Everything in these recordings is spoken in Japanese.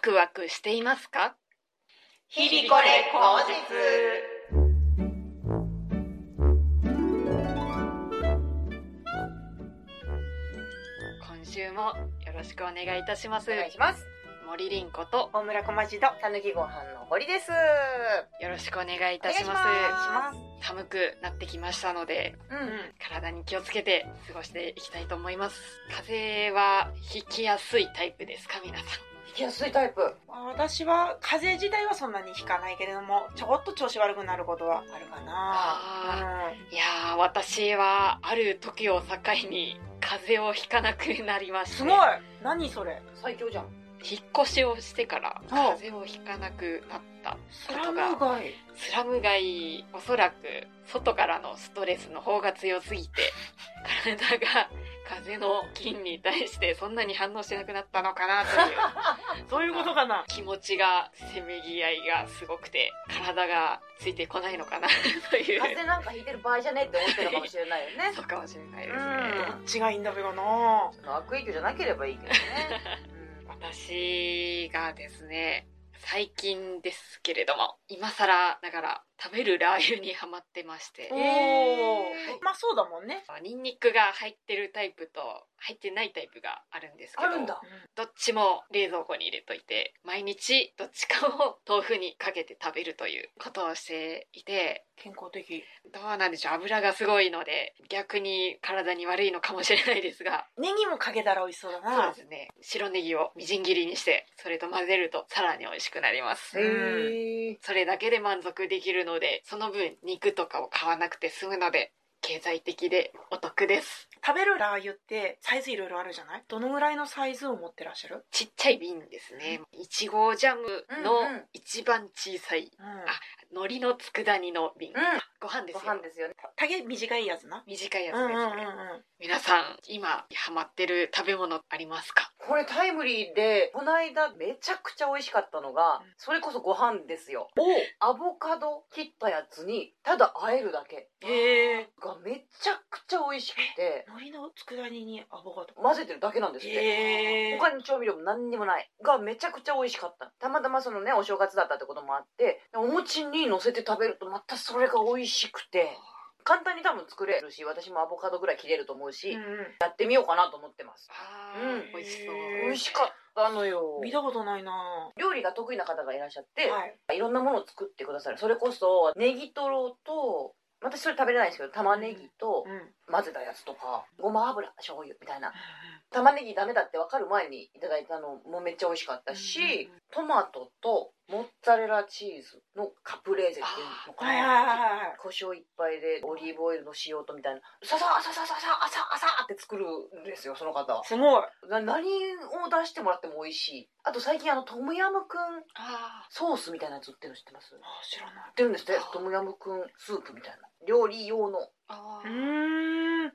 クワクしていますか日々これ口実今週もよろしくお願いいたしますお願いします森凛子と大村小町とたぬきご飯の堀ですよろしくお願いいたします寒くなってきましたのでお願いします体に気をつけて過ごしていきたいと思います風邪は引きやすいタイプですか皆さんうん引きやすいタイプ私は風邪自体はそんなにひかないけれどもちょこっと調子悪くなることはあるかな、いやー私はある時を境に風邪をひかなくなりまうんしてすごい何それ最強じゃん引っ越しをしてから風邪をひかなくなったスラム街 スラム街おそらく外からのストレスの方が強す ぎて体が風の菌に対してそんなに反応しなくなったのかなという そういうことかな気持ちがせめぎ合いがすごくて体がついてこないのかなという風邪なんか引いてる場合じゃねえって思ってるかもしれないよ ねそうかもしれないですうね、どっちがいいんだべかなその悪影響じゃなければいいけ どねうん私がですね最近ですけれども今更ながら食べるラー油にハマってましておーえまあそうだもんねニンニクが入ってるタイプと入ってないタイプがあるんですけどあるんだどっちも冷蔵庫に入れといて毎日どっちかを豆腐にかけて食べるということをしていて健康的どうなんでしょう油がすごいので逆に体に悪いのかもしれないですがネギもかけたら美味しそうだそうなですね白ネギをみじん切りにしてそれと混ぜるとさらに美味しくなりますへえそれだけで満足できるのでその分肉とかを買わなくて済むので経済的でお得です食べるラー油ってサイズいろいろあるじゃないどのぐらいのサイズを持ってらっしゃるちっちゃい瓶ですね。いちごジャムうんうのん一番小さいうん海苔の佃煮の瓶。うご飯でんごすよ飯。ですよね竹短いやつな短いやつうんうんでうすんね。うん皆さん今ハマってる食べ物ありますか？これタイムリーでこの間めちゃくちゃ美味しかったのがうんそれこそご飯ですよアボカド切ったやつにただ和えるだけへえがめちゃくちゃ美味しくて海苔の佃煮にアボカド混ぜてるだけなんですって、へー他に調味料も何にもないがめちゃくちゃ美味しかったたまたまそのねお正月だったってこともあってお餅にのせて食べるとまたそれが美味しくて簡単に多分作れるし私もアボカドぐらい切れると思うし、うんやうんってみようかなと思ってますあうーん美味しそう。へー美味しかったのよ見たことないな料理が得意な方がいらっしゃって、はいいろんなものを作ってくださるそれこそネギトロと私それ食べれないんですけど玉ねぎとうん混ぜたやつとかごま油醤油みたいな玉ねぎダメだって分かる前にいただいたのもめっちゃ美味しかったし、うんうんうんトマトとモッツァレラチーズのカプレーゼっていうのかはいはいなはいはい胡椒いっぱいでオリーブオイルの塩とみたいなささささささあさあさって作るんですよその方はすごいな何を出してもらっても美味しいあと最近あのトムヤムクンあソースみたいなやつ売ってるの知ってますあ知らない売ってるんですってトムヤムクンスープみたいな料理用のーあうー。ー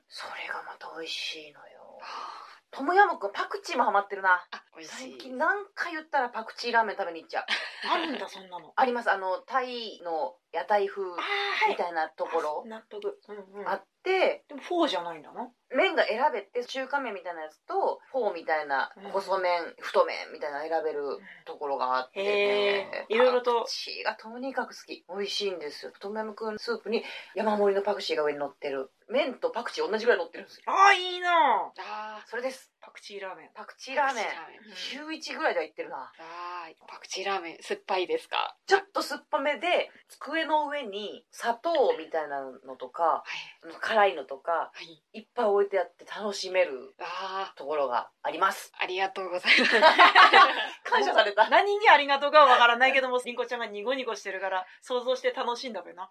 んそれがまた美味しいのよあトムヤムクンパクチーもハマってるなーあ美味し最い。近何回言ったらパクチーラーメン食べに行っちゃうあるんだそんなのありますあのタイの屋台風あみたいなところ納得うんうんあってでもフォーじゃないんだな麺が選べて中華麺みたいなやつとフォーみたいなうん細麺太麺みたいなの選べるところがあってねへーいろいろとパクチーがとにかく好き美味しいんですよトムヤムクンスープに山盛りのパクチーが上に乗ってる麺とパクチー同じぐらい乗ってるんですよああいいなあそれですパクチーラーメンパクチーーラーメンパクチーラーメン週1ぐらいでは行ってるなあーパクチーラーメン酸っぱいですか？ちょっと酸っぱめで机の上に砂糖みたいなのとかはい辛いのとかはい。いっぱい置いてあって楽しめるあところがありますあありがとうござい ます。感謝された何にありがとうかはわからないけどもりんこちゃんがニコニコしてるから想像して楽しいんだべな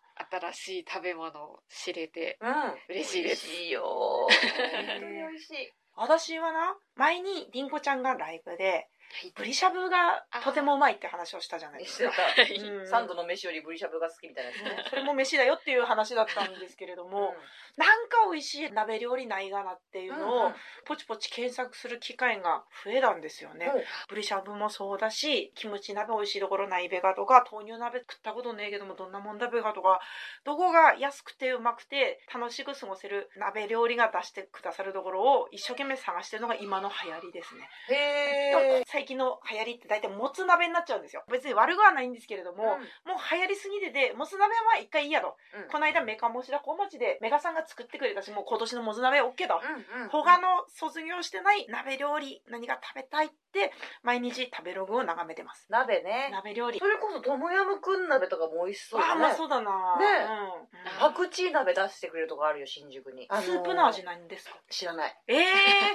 新しい食べ物を知れてうん嬉しいです美味しいよ本当に美味しい私はな前にりんこちゃんがライブでブリシャブがとてもうまいって話をしたじゃないですかしてはたいうんサンドの飯よりブリシャブが好きみたいなやつねそれも飯だよっていう話だったんですけれども、なんか美味しい鍋料理ないがなっていうのを、うんうんポチポチ検索する機会が増えたんですよね、うんブリシャブもそうだしキムチ鍋美味しいところないべかとか豆乳鍋食ったことねえけどもどんなもんだべかとかどこが安くてうまくて楽しく過ごせる鍋料理が出してくださるところを一生懸命探してるのが今の流行りですね、へえでも最近の流行りって大体もつ鍋になっちゃうんですよ別に悪くはないんですけれども、もう流行りすぎててもつ鍋は一回いいやと、うんこの間メカモシラ小町でメガさんが作ってくれたしもう今年のもつ鍋は OK と、うんうん他の卒業してない鍋料理何が食べたいって毎日食べログを眺めてます鍋ね鍋料理それこそトムヤムクン鍋とかも美味しそうあだあまあねそうだなねうんあパクチー鍋出してくれるとこあるよ新宿に、スープの味なんですか知らないええ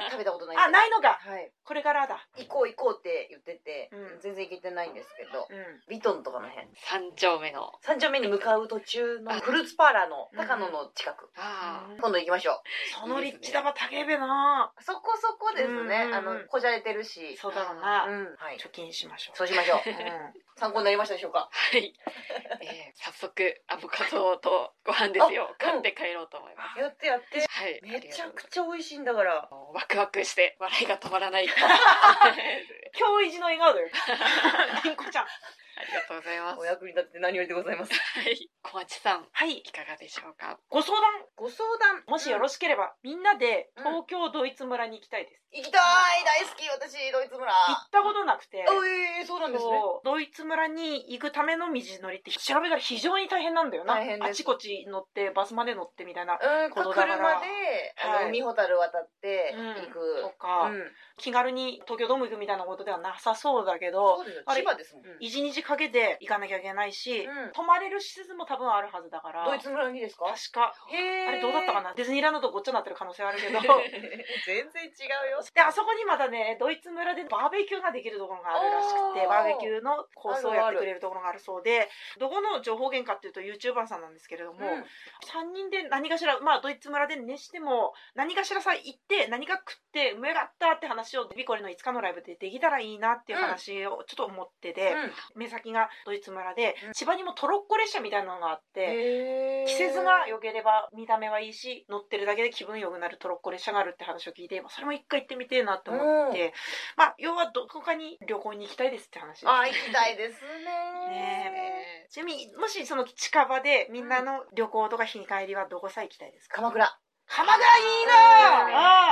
食べたことないんであないのかはいこれからだ行こう行こうって言ってて、うん全然行けてないんですけどうんビトンとかの辺三丁目の三丁目に向かう途中のあフルーツパーラーのうん高野の近く、あうん今度行きましょうその立地だば高えべなそこそこですね、うんあのこじゃれてるしそうだろううなんはい貯金しましょうそうしましょうう参考になりましたでしょうかはい、えー、早速アボカドとご飯ですよあうん買って帰ろうと思います、やってやってはいめちゃありがとうございまくすちゃ美味しいんだからワクワクして笑いが止まらない ありん今日一の笑顔だよりんこちゃんがとうございますお役に立って何よりでございますはい小町さんはいいかがでしょうか ご相談ご相談もしよしろしければみんなでうん東京ドイツ村に行きたいです行きたい大好き私ドイツ村行ったことなくてあええそうなんですねそうドイツ村に行くための道のりって調べたら非常に大変なんだよな大変ですあちこち乗ってバスまで乗ってみたいな、うんこのだ車でからあはいの海ほたる渡って行とく、か、うん気軽に東京ドーム行くみたいなことではなさそうだけそどうですよあれ千葉ですもん、 1日かけて行かなきゃいけないし、うん泊まれる施設も多分あるはずだからドイツ村にですか確かへえあれどうだったかなディズニーランドとごっちゃになってる可能性あるけ ど全然違う よであそこにまたねドイツ村でバーベキューができるところがあるらしくておーバーベキューのコースをやってくれるところがあるそうでどこの情報源かっていうと YouTuber さんなんですけれども、うん3人で何かしら、まあ、ドイツ村で熱しても何かしらさ行って何か食ってうめえかったって話をビコリの5日のライブでできたらいいなっていう話をちょっと思ってて、目先がドイツ村で、うん千葉にもトロッコ列車みたいなのがあって。へー季節が良ければ見た目はいいし乗ってるだけで気分良くなるトロッコ列車があるって話を聞いてまあそれも一回行ってみてえなと思って、まあ要はどこかに旅行に行きたいですって話ですあ行きたいですねねちなみにもしその近場でみんなの旅行とか日帰りはどこさえ行きたいですか鎌倉鎌倉いいな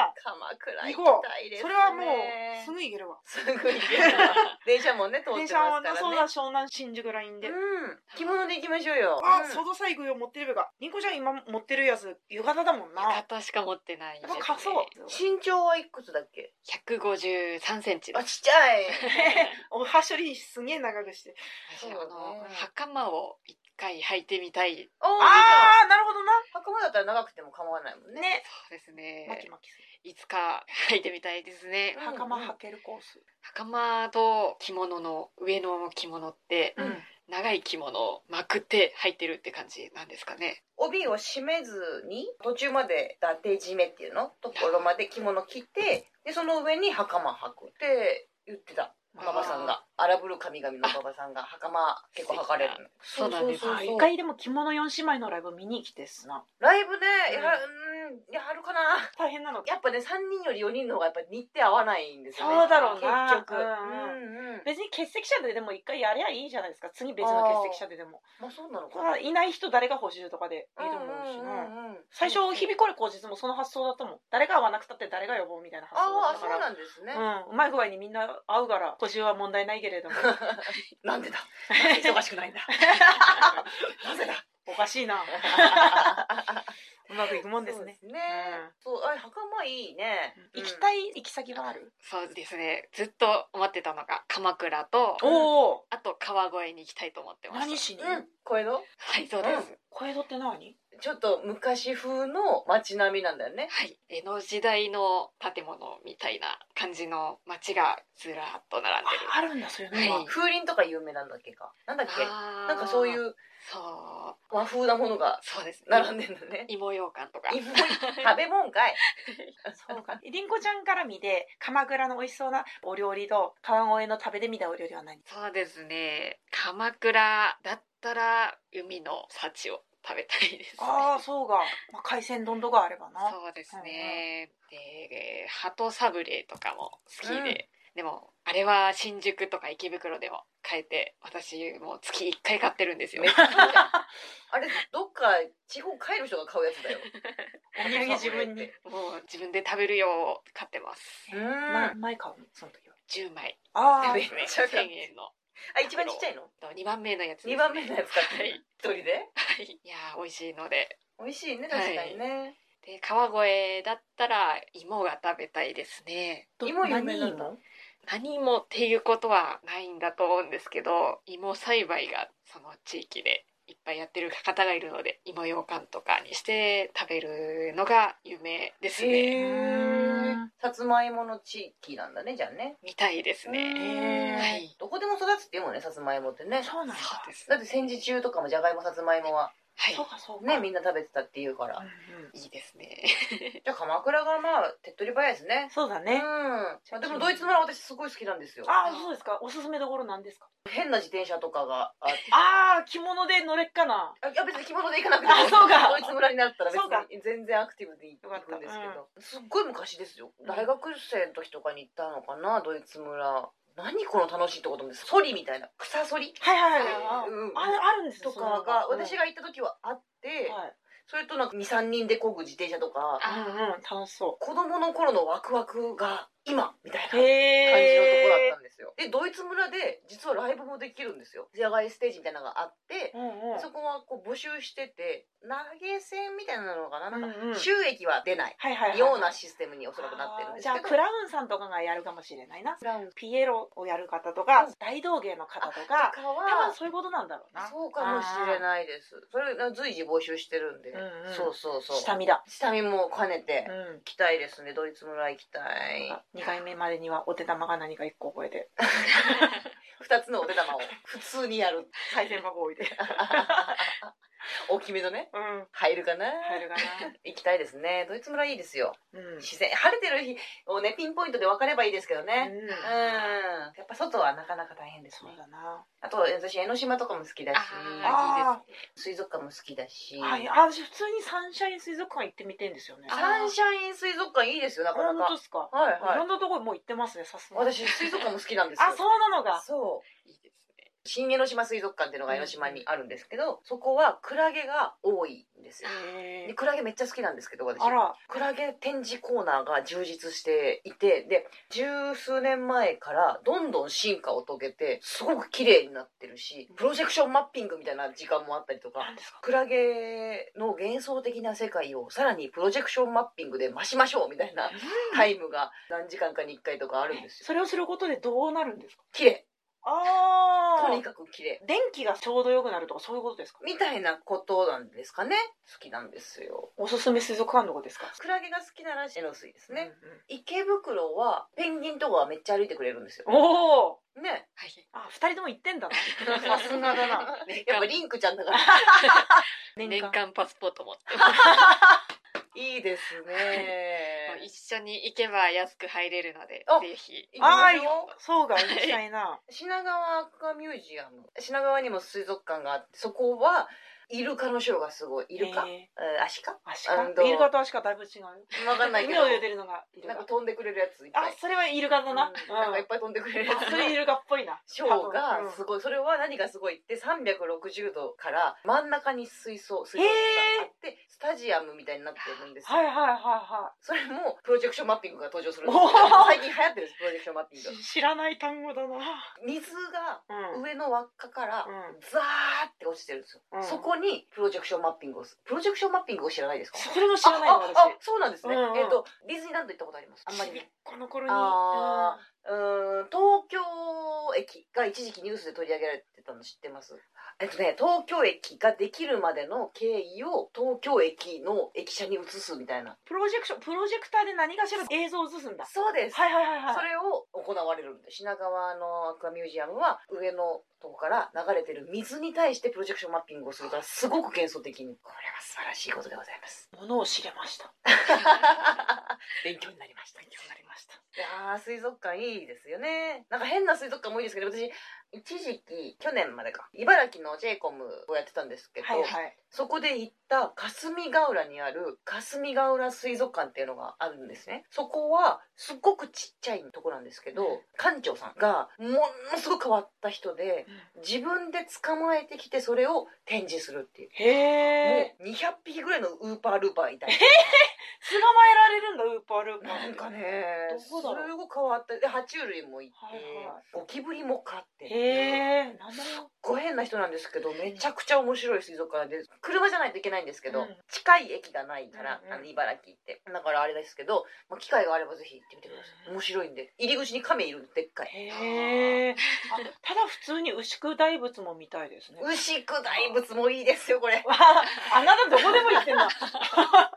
あ鎌倉行行こきたいであすそねれはもうすぐ行けるわすぐ行ける 電車もね通ってま電す車からはねそうだ湘南新宿ラインで、うん着物で行きましょうよあうん外細工を持ってればいいかりんこちゃん今持ってるやつ浴衣だもんなやっ浴衣しか持ってないです、ぱね、仮 装身長はいくつだっけ153センチであすちっちゃいおはしょりすげえ長くして私、そうあのね袴を一回履いてみたい おあああなるほどな袴だったら長くても構わないもんねね、そうですね巻き巻きすいつか履いてみたいですねる。うん袴履けるコース。袴と着物の上の着物ってうん長い着物をまくって履いてるって感じなんですかね帯を締めずに途中まで伊達締めっていうのところまで着物着てでその上に袴履くって言ってたあー馬場さんが荒ぶる神々の馬場さんが袴結構履かれるのそうなんですそうあそうそ一う回でも着物四姉妹のライブ見に来てっすな。ライブでや,、うん、やるかな大変なの。やっぱね3人より4人の方がやっぱ日程合わないんですよねそうだろうな結局、うんうんうん別に欠席者ででも一回やりゃいいじゃないですか。次別の欠席者ででも。まあそうなのこかれなはいない人誰が補充とかでいいと思うしな。最初、日々これ口実もその発想だったもん。誰が合わなくたって誰が呼ぼうみたいな発想あだあったかそうら。なんですね、うん、うまい具合にみんな合うから補充は問題ないけれども なんでだなんで忙しくないんだなぜだ おかしいなうまくいくもんですねそうそうあれ袴いいね。行きい。たい行き先はある、そうですねずっと思ってたのが鎌倉とおおあと川越に行きたいと思ってました何しに、うん。これのはいそうです、小江戸って何ちょっと昔風の街並みなんだよね。はい江戸時代の建物みたいな感じの街がずらっと並んでるああるんだそういうのはが、い風鈴とか有名なんだっけか。なんだっけ。あーなんかそういうそう和風なものがそうです並んででんだ ね。芋ようかんとかいもい食べ物かい。そうかりんこちゃんから見て鎌倉の美味しそうなお料理と川越の食べてみたお料理は何そうですね鎌倉だったら海の幸を食べたいですねああそうか、まあ、海鮮丼とかあればなそうですね、で鳩サブレーとかも好きで、でもあれは新宿とか池袋でも買えて私もう月1回買ってるんですよめっちゃいいやんあれどっか地方帰る人が買うやつだよ お土産自分に もう自分で食べるよう買ってますう何ん枚買うのその時は10枚あーあめっちゃ1000買う円のあ一番ちっちゃいの2番目のやつですね二番目のやつ買ってはるい一人で はいいやー美味しいので 美味しいね確かにね、で川越だったら芋が食べたいですね芋有名なんだ何何もっていうことはないんだと思うんですけど芋栽培がその地域でいっぱいやってる方がいるので芋羊羹とかにして食べるのが有名ですねへうーんさつまいもの地域なんだねじゃあねみたいですねへーはいどこでも育つっていうもんねさつまいもってねそうなんだそうですだって戦時中とかもじゃがいもさつまいもははいそうかそうかねみんな食べてたっていうかうらんうんいいですねじゃあ鎌倉がまあ手っ取り早いですねそうだうんねまあでもドイツ村私すごい好きなんですよああそうですかおすすめどころなんですか変な自転車とかがあってああ着物で乗れっかなあいや別に着物で行かなくてもあそうかドイツ村になったら別そうかに全然アクティブで行よかっくたんですけど、すっごい昔ですよ大学生の時とかに行ったのかなドイツ村何この楽しいとこと思ってソリみたいな草ソリはいはいはいうんうんああるんですよとそんなかのが私うんが行った時はあって、はいそれとなんか23人で漕ぐ自転車とかうんあうん楽しそ子供の頃のワクワクが今みたいなう感じのとこへだったんですよ、でドイツ村で実はライブもできるんですよ野外ステージみたいなのがあってえ、うんうんそこはこう募集してて投げ銭みたいなのかななんかうんうん収益は出ないはいはいはいようなシステムにおそらくなってるんあーですじゃあけどクラウンさんとかがやるかもしれないなクラウンとピエロをやる方とか、うん大道芸の方とかか多は分そういうことなんだろうなそうかもしれいないですそれ随時募集してるんで、うんうんそうそうそう下見だ、下見も兼ねてう行んきたいですねドイツ村行きたい2回目までにはお手玉が何か1個覚えて2つのお 手玉を普通にやる再銭箱置いて大きめのね うん入るかな入るか行きたいですねドイツ村いいですよなうん、自然晴れてる日をねピンポイントで分かればいいですけどねうんうんやっぱ外はなかなか大変ですそねうだな、あと私江ノ島とかも好きだしあーいい水族館も好きだし、はい、あ私普通にサンシャイン水族館行ってみてんですよねああサンシャイン水族館いいですよなかな本か当ですか、はいいはろいんなとこもう行ってますねさすがに私水族館も好きなんですよあそうなのがそ ういいですね新江ノ島水族館っていうのが江ノ島にあるんですけど、そこはクラゲが多いんですよへでえクラゲめっちゃ好きなんですけど私あらクラゲ展示コーナーが充実していてで十数年前からどんどん進化を遂げてすごく綺麗になってるしプロジェクションマッピングみたいな時間もあったりとか何ですかクラゲの幻想的な世界をさらにプロジェクションマッピングで増しましょうみたいなタイムが何時間かに1回とかあるんですよそれをすることでどうなるんですか綺麗ああとにかく綺麗電気がちょうど良くなるとかそういうことですかみたいなことなんですかね好きなんですよおすすめ水族館とかですかクラゲが好きなら江ノ水ですね、うんうん池袋はペンギンとかはめっちゃ歩いてくれるんですよおおねはいあ二人とも行ってんだな さすがだなやっぱリンクちゃんだから年年間間パスポート持っていいですもうね一緒に行けば安く入れるのであぜひ行きあまあしょうそうが行きたいな品川アクアミュージアム品川にも水族館があってそこはイルカのショーがす ごいイルカ、ええーアシカーアシあのカイルカとアシカだいぶ違うよわかんないけ海どを泳いでるのがイルなんかカ飛んでくれるやついっぱあいそれはイルカだなううんん なんかいっぱい飛んでくれるやつあそれイルカっぽいなショー多が分うんすごい、それは何がすごいって360度から真ん中に水槽水槽があってスタジアムみたいになってるんですよ、はいはいはいはそれもプロジェクションマッピングが登場するんですおよー最近流行ってるんですプロジェクションマッピいングし知らない単語だな水がうん上の輪っかからうんザーって落ちてるんですよ、うんそこにプロジェクションマッピングをするプロジェクションマッピングを知らないですかそれも知らないのあ私ああそうなんですね、うんうんえっ、とディズニーランド行ったことありますあんまりちびっこの頃にあうんうーん東京駅が一時期ニュースで取り上げられてたの知ってますえっとね東京駅ができるまでの経緯を東京駅の駅舎に移すみたいなプロジェクションプロジェクターで何かしら映像を映すんだそうです、はいはいはいはいそれを行われるんで品川のアクアミュージアムは上のとこから流れてる水に対してプロジェクションマッピングをするからすごく幻想的にこれは素晴らしいことでございますものを知れました勉強になりました勉強になりましたいやー水族館いいですよねなんか変な水族館もいいですけど私一時期去年までか茨城の j イコムをやってたんですけど、はいはいそこで行った霞ヶ浦にある霞ヶ浦水族館っていうのがあるんですね。そこはすっごくちっちゃいとこなんですけど、館長さんがものすごく変わった人で、自分で捕まえてきてそれを展示するっていう。へえもう200匹ぐらいのウーパールーパー いたり。捕まえられるんだウーパールーパーなんかね、すどごこだろうく変わった。で、爬虫類もいて、はいはいゴキブリも飼ってて。へえなんだろうご変な人なんですけどめちゃくちゃ面白い水族館で車じゃないといけないんですけど、うん近い駅がないから、うんうんあの茨城ってだからあれですけど、まあ、機会があればぜひ行ってみてください面白いんで入り口に亀いるんででっかいへえただ普通に牛久大仏も見たいですね牛久大仏もいいですよこ れわ ああなたどこでも行ってんな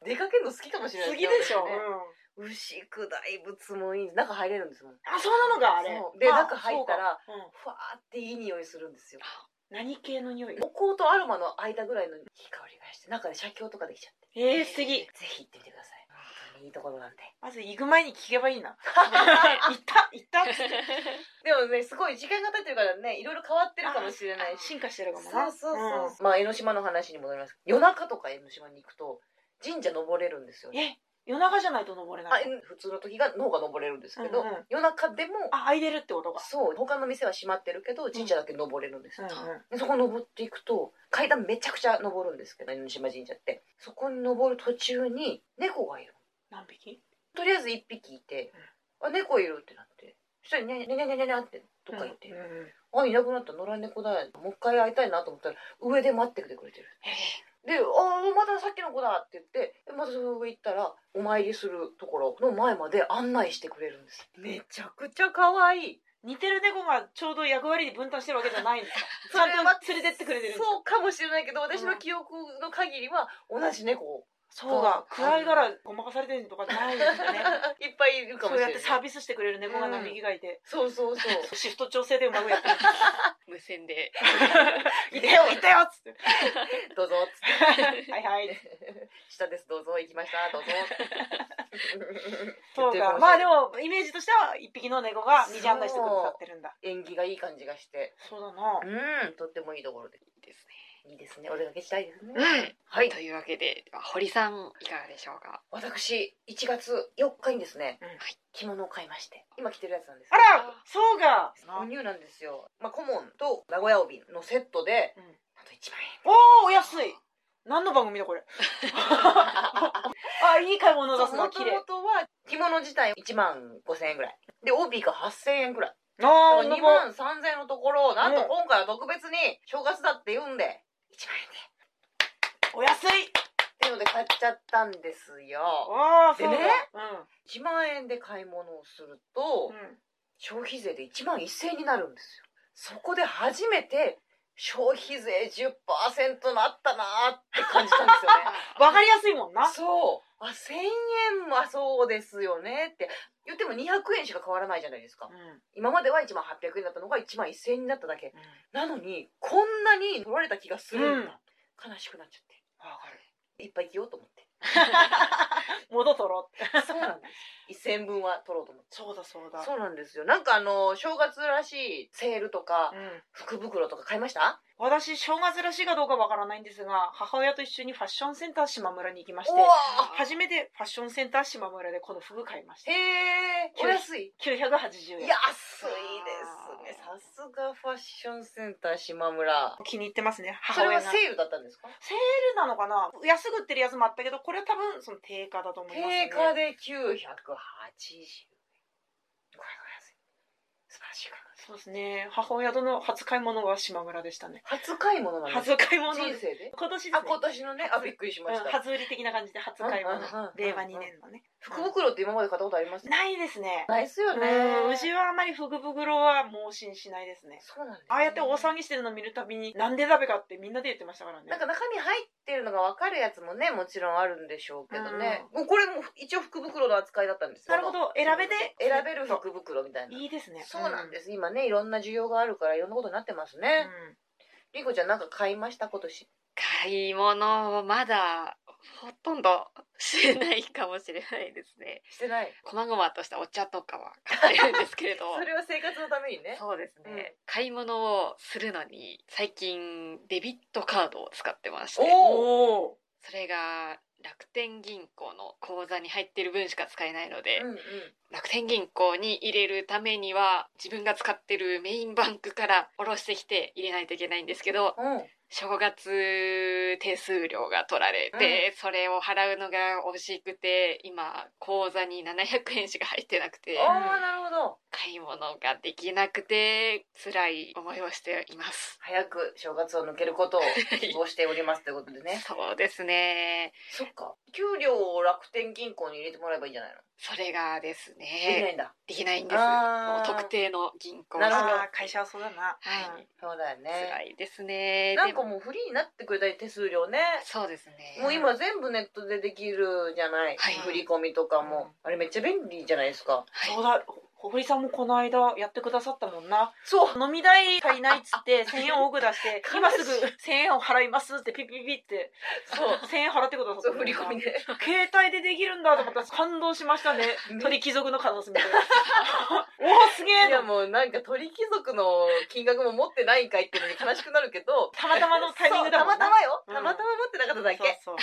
出かけるの好きかもしれない 次でしょ、ねうん牛久大仏もいい中入れるんですもんあそうなのがあれそうであ中入ったらそうかうんふわーっていい匂いするんですよ何系の匂いお香とアロマの間ぐらいのいい香りがして中で写経とかできちゃってえー、素敵ぜひ行ってみてください本当にいいところなんでまず行く前に聞けばいい な行った行ったっつってでもねすごい時間が経ってるからねいろいろ変わってるかもしれないし進化してるかそうもなそうそう、まあ江ノ島の話に戻ります夜中とか江ノ島に行くと神社登れるんですようんえ夜中じゃないと登れあない普通の時が脳が登れるんですけど、うんうん夜中でもあ空いてるってことがそう他の店は閉まってるけど神社だけ登れるんですよ、うんうんでそこ登っていくと階段めちゃくちゃ登るんですけど江ノ島神社ってそこに登る途中に猫がいる何匹とりあえず1匹いて「あ猫いる」ってなってそしたら「ねねねねねね」ってどっか行って、うんうんあいなくなった野良猫だもう一回会いたいなと思ったら上で待っててくれてるで「ああまたさっきの子だ」って言ってでまたその上行ったらお参りするところの前まで案内してくれるんですめちゃくちゃ可愛い似てる猫がちょうど役割で分担してるわけじゃないん ですかちそゃれはんと連れてってくれてるんですかそうかもしれないけど私の記憶の限りは同じ猫そうだ暗いからごまかされてると かないですよねいっぱいいるかそもうしやっれてないサービスしてくれる猫が何匹がいて、そうそうそうシフト調整でうまくやって る 無線で いた よいたよっつってどうぞっつっはいはいて 下ですどうぞ行きましたどう ぞそうやってるかもしれなかいまあでもイメージとしては一匹の猫が道案内してくださってるんだ縁起がいい感じがしてそうだなうんとってもいいところでいいですいいですねお出かけしたいですねね。はいはいというわけで堀さんいかがでしょうか。私1月4日にですね、うんはい着物を買いまして今着てるやつなんですあらそうか購入なんですよ、まあ、顧問と名古屋帯のセットで、うんなんと1万円おおお安い何の番組だこれ あいい買い物出すなも綺と麗もとは着物自体1万5000円ぐらいで帯が8000円ぐらいあ2万3000円のところなんと今回は特別に正月だって言うんで1万円でお安いっていうので買っちゃったんですよああそうでだねう1万円で買い物をすると、んうん消費税で1万1000円になるんですよそこで初めて消費税10%なったなーって感じたんです よねわかりやすいもんなそうあ1000円はそうですよねって言っても200円しか変わらないじゃないですかうん今までは1万800円だったのが1万1000円になっただけなのにこんなに取られた気がするんだ、悲しくなっちゃっわかるていっぱい着ようと思って戻とろってそうなんです1000円 分は取ろうと思ってそうだそうだそうなんですよなんかあの正月らしいセールとかうん福袋とか買いました私正月らしいかどうかわからないんですが母親と一緒にファッションセンター島村に行きましておわ初めてファッションセンター島村でこの服買いましたへえお安い980円安いですねさすがファッションセンター島村気に入ってますねそ母れ親はがセセーールだったんですかルなのかな安く売ってるやつもあったけどこれは多分その定価だと思います、ね定、価で980円これが安い素晴らしいかそうですね母親との初買い物は島村でしたね初買い物なんです初買い物人です生で今年ですね あ今年のねあびっくりしましうんた初売り的な感じで初買い物うんうんうんうん令和2年のね福袋って今まで買ったことありますないですねないっすよねうんうちはあまり福袋は盲信しないですねそうなんですねああやって大騒ぎしてるの見るたびになんでダメかってみんなで言ってましたからねなんか中身入ってるのが分かるやつもねもちろんあるんでしょうけどね、もうこれも一応福袋の扱いだったんですよなるほど選べて選べる福袋みたいないいですねそうなんです、今今ねいろんな需要があるからいろんなことになってますうね、んりこちゃんなんか買いました今年買い物をまだほとんどしてないかもしれないですね。してない細々としたお茶とかは買ってるんですけれど。 それは生活のためにねそうですね、うん買い物をするのに最近デビットカードを使ってましておおおそれが楽天銀行の口座に入ってる分しか使えないので、うんうん楽天銀行に入れるためには自分が使ってるメインバンクから下ろしてきて入れないといけないんですけどうん正月手数料が取られて、それを払うのが惜しくて今口座に700円しか入ってなくてああなるほど買い物ができなくて辛い思いをしています。早く正月を抜ける ことを希望しておりますということでねそうですね。そっか給料を楽天銀行に入れてもらえばいいんじゃないのそれがですできなね、いんだできないんです。あもーう特定の銀行なるほどはあー会社はそうだな、い、そうだよね辛いですね。なんかでももうフリーになってくれたり手数料ねそうですね。もう今全部ネットでできるじゃない、はい振り込みとかも、あれめっちゃ便利じゃないですかはいそうだほ堀さんもこの間やってくださったもんなそう 飲み代足りないっつって1000円多く出して悲しい今すぐ1000円を払いますってピッピッピッってそう 1000円払ってくださったそうもん振なり込みで携帯でできるんだと思ったら感動しましたねね鳥貴族の可能性みたい なおおすげえいなやもうなんか鳥貴族の金額も持ってないんかいっていうのに悲しくなるけどたまたまのタイミングだもんそうたまたなまよ、うんたまたま持ってなかっただけそうそう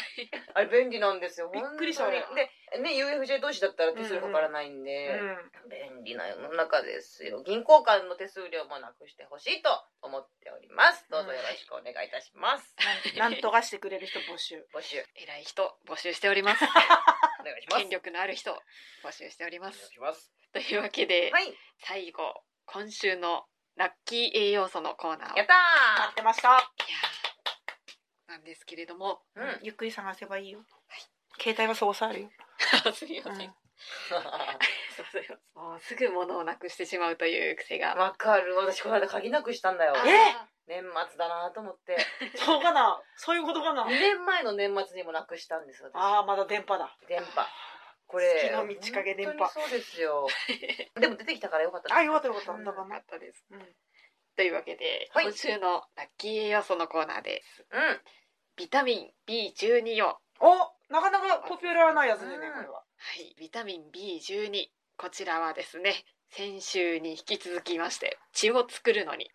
あれ便利なんですよびっくりした本当にあでね UFJ 同士だったら手数料かからないんで、うん便利な世の中ですよ銀行間の手数料もなくしてほしいと思っておりますどうぞよろしくお願いいたします、なんとかしてくれる人募 集募集偉い人募集しております。お願いします権力のある人募集しておりまお願いす。しますというわけで、はい最後今週のラッキー栄養素のコーナーをいややった待ってました、ーなんですけれども、ーうんゆっくり探せばいいよ、携帯はそうさあるよ、すみません。うんそうそうそうもうすぐ物をなくしてしまうという癖が。 わかる私この間鍵なくしたんだよあーえ年末だなと思ってそうかなそういうことかな2年前の年末にもなくしたんです私ああまだ電波だ電波これ月の満ち欠け電波本当にそうで すよでも出てきたからよかったですあよかったよかったうんだからななかったです。うんというわけで、はい今週のラッキー栄養素のコーナーです。うんビタミン B12 を、はおなかなかポピュラーなやつでねこれは、い、ビタミン B12 こちらはですね、先週に引き続きまして血を作るのに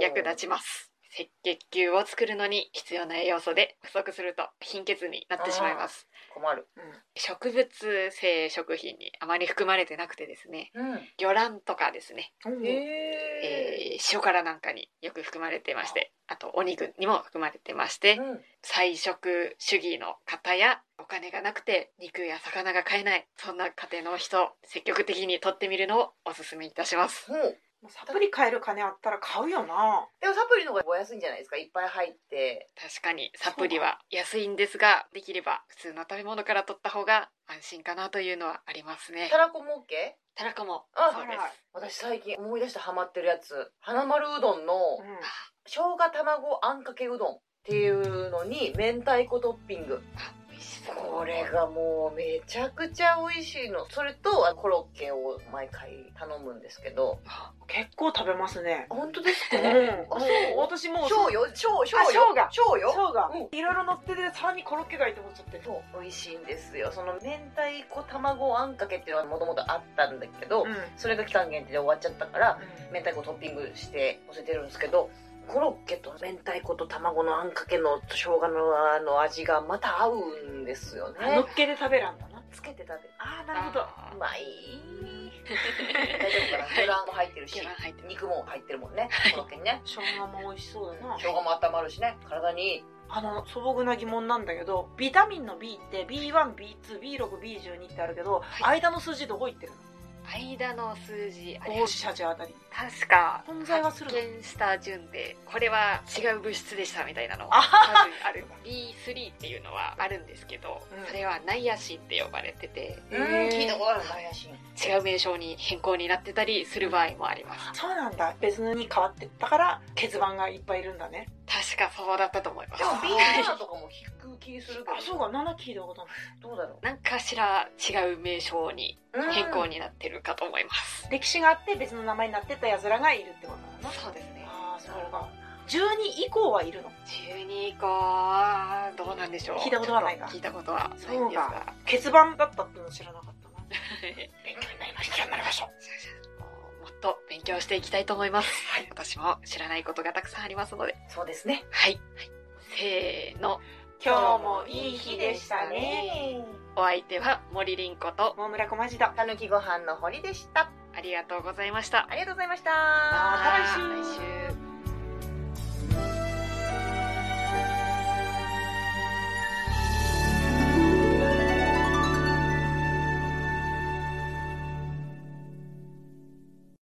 役立ちちます。赤血球を作るのに必要な栄養素で不足すると貧血になってしまいます。困る植物性食品にあまり含まれてなくてですね、うん魚卵とかですね、うんええー塩辛なんかによく含まれてましてあとお肉にも含まれてましてうん菜食主義の方やお金がなくて肉や魚が買えないそんな家庭の人積極的に取ってみるのをおすすめいたしますほうもうサプリ買える金あったら買うよなでもサプリの方がお安いんじゃないですかいっぱい入って確かにサプリは安いんですができれば普通の食べ物から取った方が安心かなというのはありますねたらこも OK? たらこもあそうですはい私最近思い出してハマってるやつ花丸うどんのうん生姜卵あんかけうどんっていうのに明太子トッピングあ美味しそうこれがもうめちゃくちゃ美味しいのそれとあコロッケを毎回頼むんですけど結構食べますね。本当ですかうん、あそう私も小よ小小あよ小が小よそうがういろいろ乗っててさらにコロッケがいてもちょっとそう美味しいんですよその明太子卵あんかけっていうのはもともとあったんだけど、それが期間限定で終わっちゃったから明太子トッピングして乗せてるんですけどコロッケと明太子と卵のあんかけのと生姜のあの味がまた合うんですよ乗ねっけで食べらんだな。つけて食べるあーなるほど。あうーまい大丈夫かな魚卵も入ってるし 魚卵入ってます肉も入ってるもんねコロッケにね生姜も美味しそうだな生。姜も温まるしね体にいいあの素朴な疑問なんだけど、ビタミンの B って B1、B2、B6、B12 ってあるけど、はい間の数字どこ行ってるの？間の数字あれ放射あたり。確か存在はするの発見した順でこれは違う物質でしたみたいなのあが多分ある B3 っていうのはあるんですけど、うんそれはナイアシンって呼ばれててへー聞いたことあるナイアシン違う名称に変更になってたりする場合もありますそうなんだ。別に変わってったから欠番がいっぱいいるんだね。確かそうだったと思いますでもビーナーとかも聞く気するけどあそうか7聞いたことないどうだろなんかしら違う名称にううん変更になってるかと思います、歴史があって別の名前になってたやつらがいるってことなのそうですねああそうか12以降はいるの12以降はどうなんでしょう聞いたことはないか聞いたことはないんですが欠番だったっていうの知らなかったな勉強になりました勉強になりましたもっと勉強していきたいと思います、私も知らないことがたくさんありますのでそうですねはい、せーの今日もいい日でしたねお相手は森凛子と桃村小町だたぬきご飯の堀でしたありがとうございましたありがとうございましたまた来週来週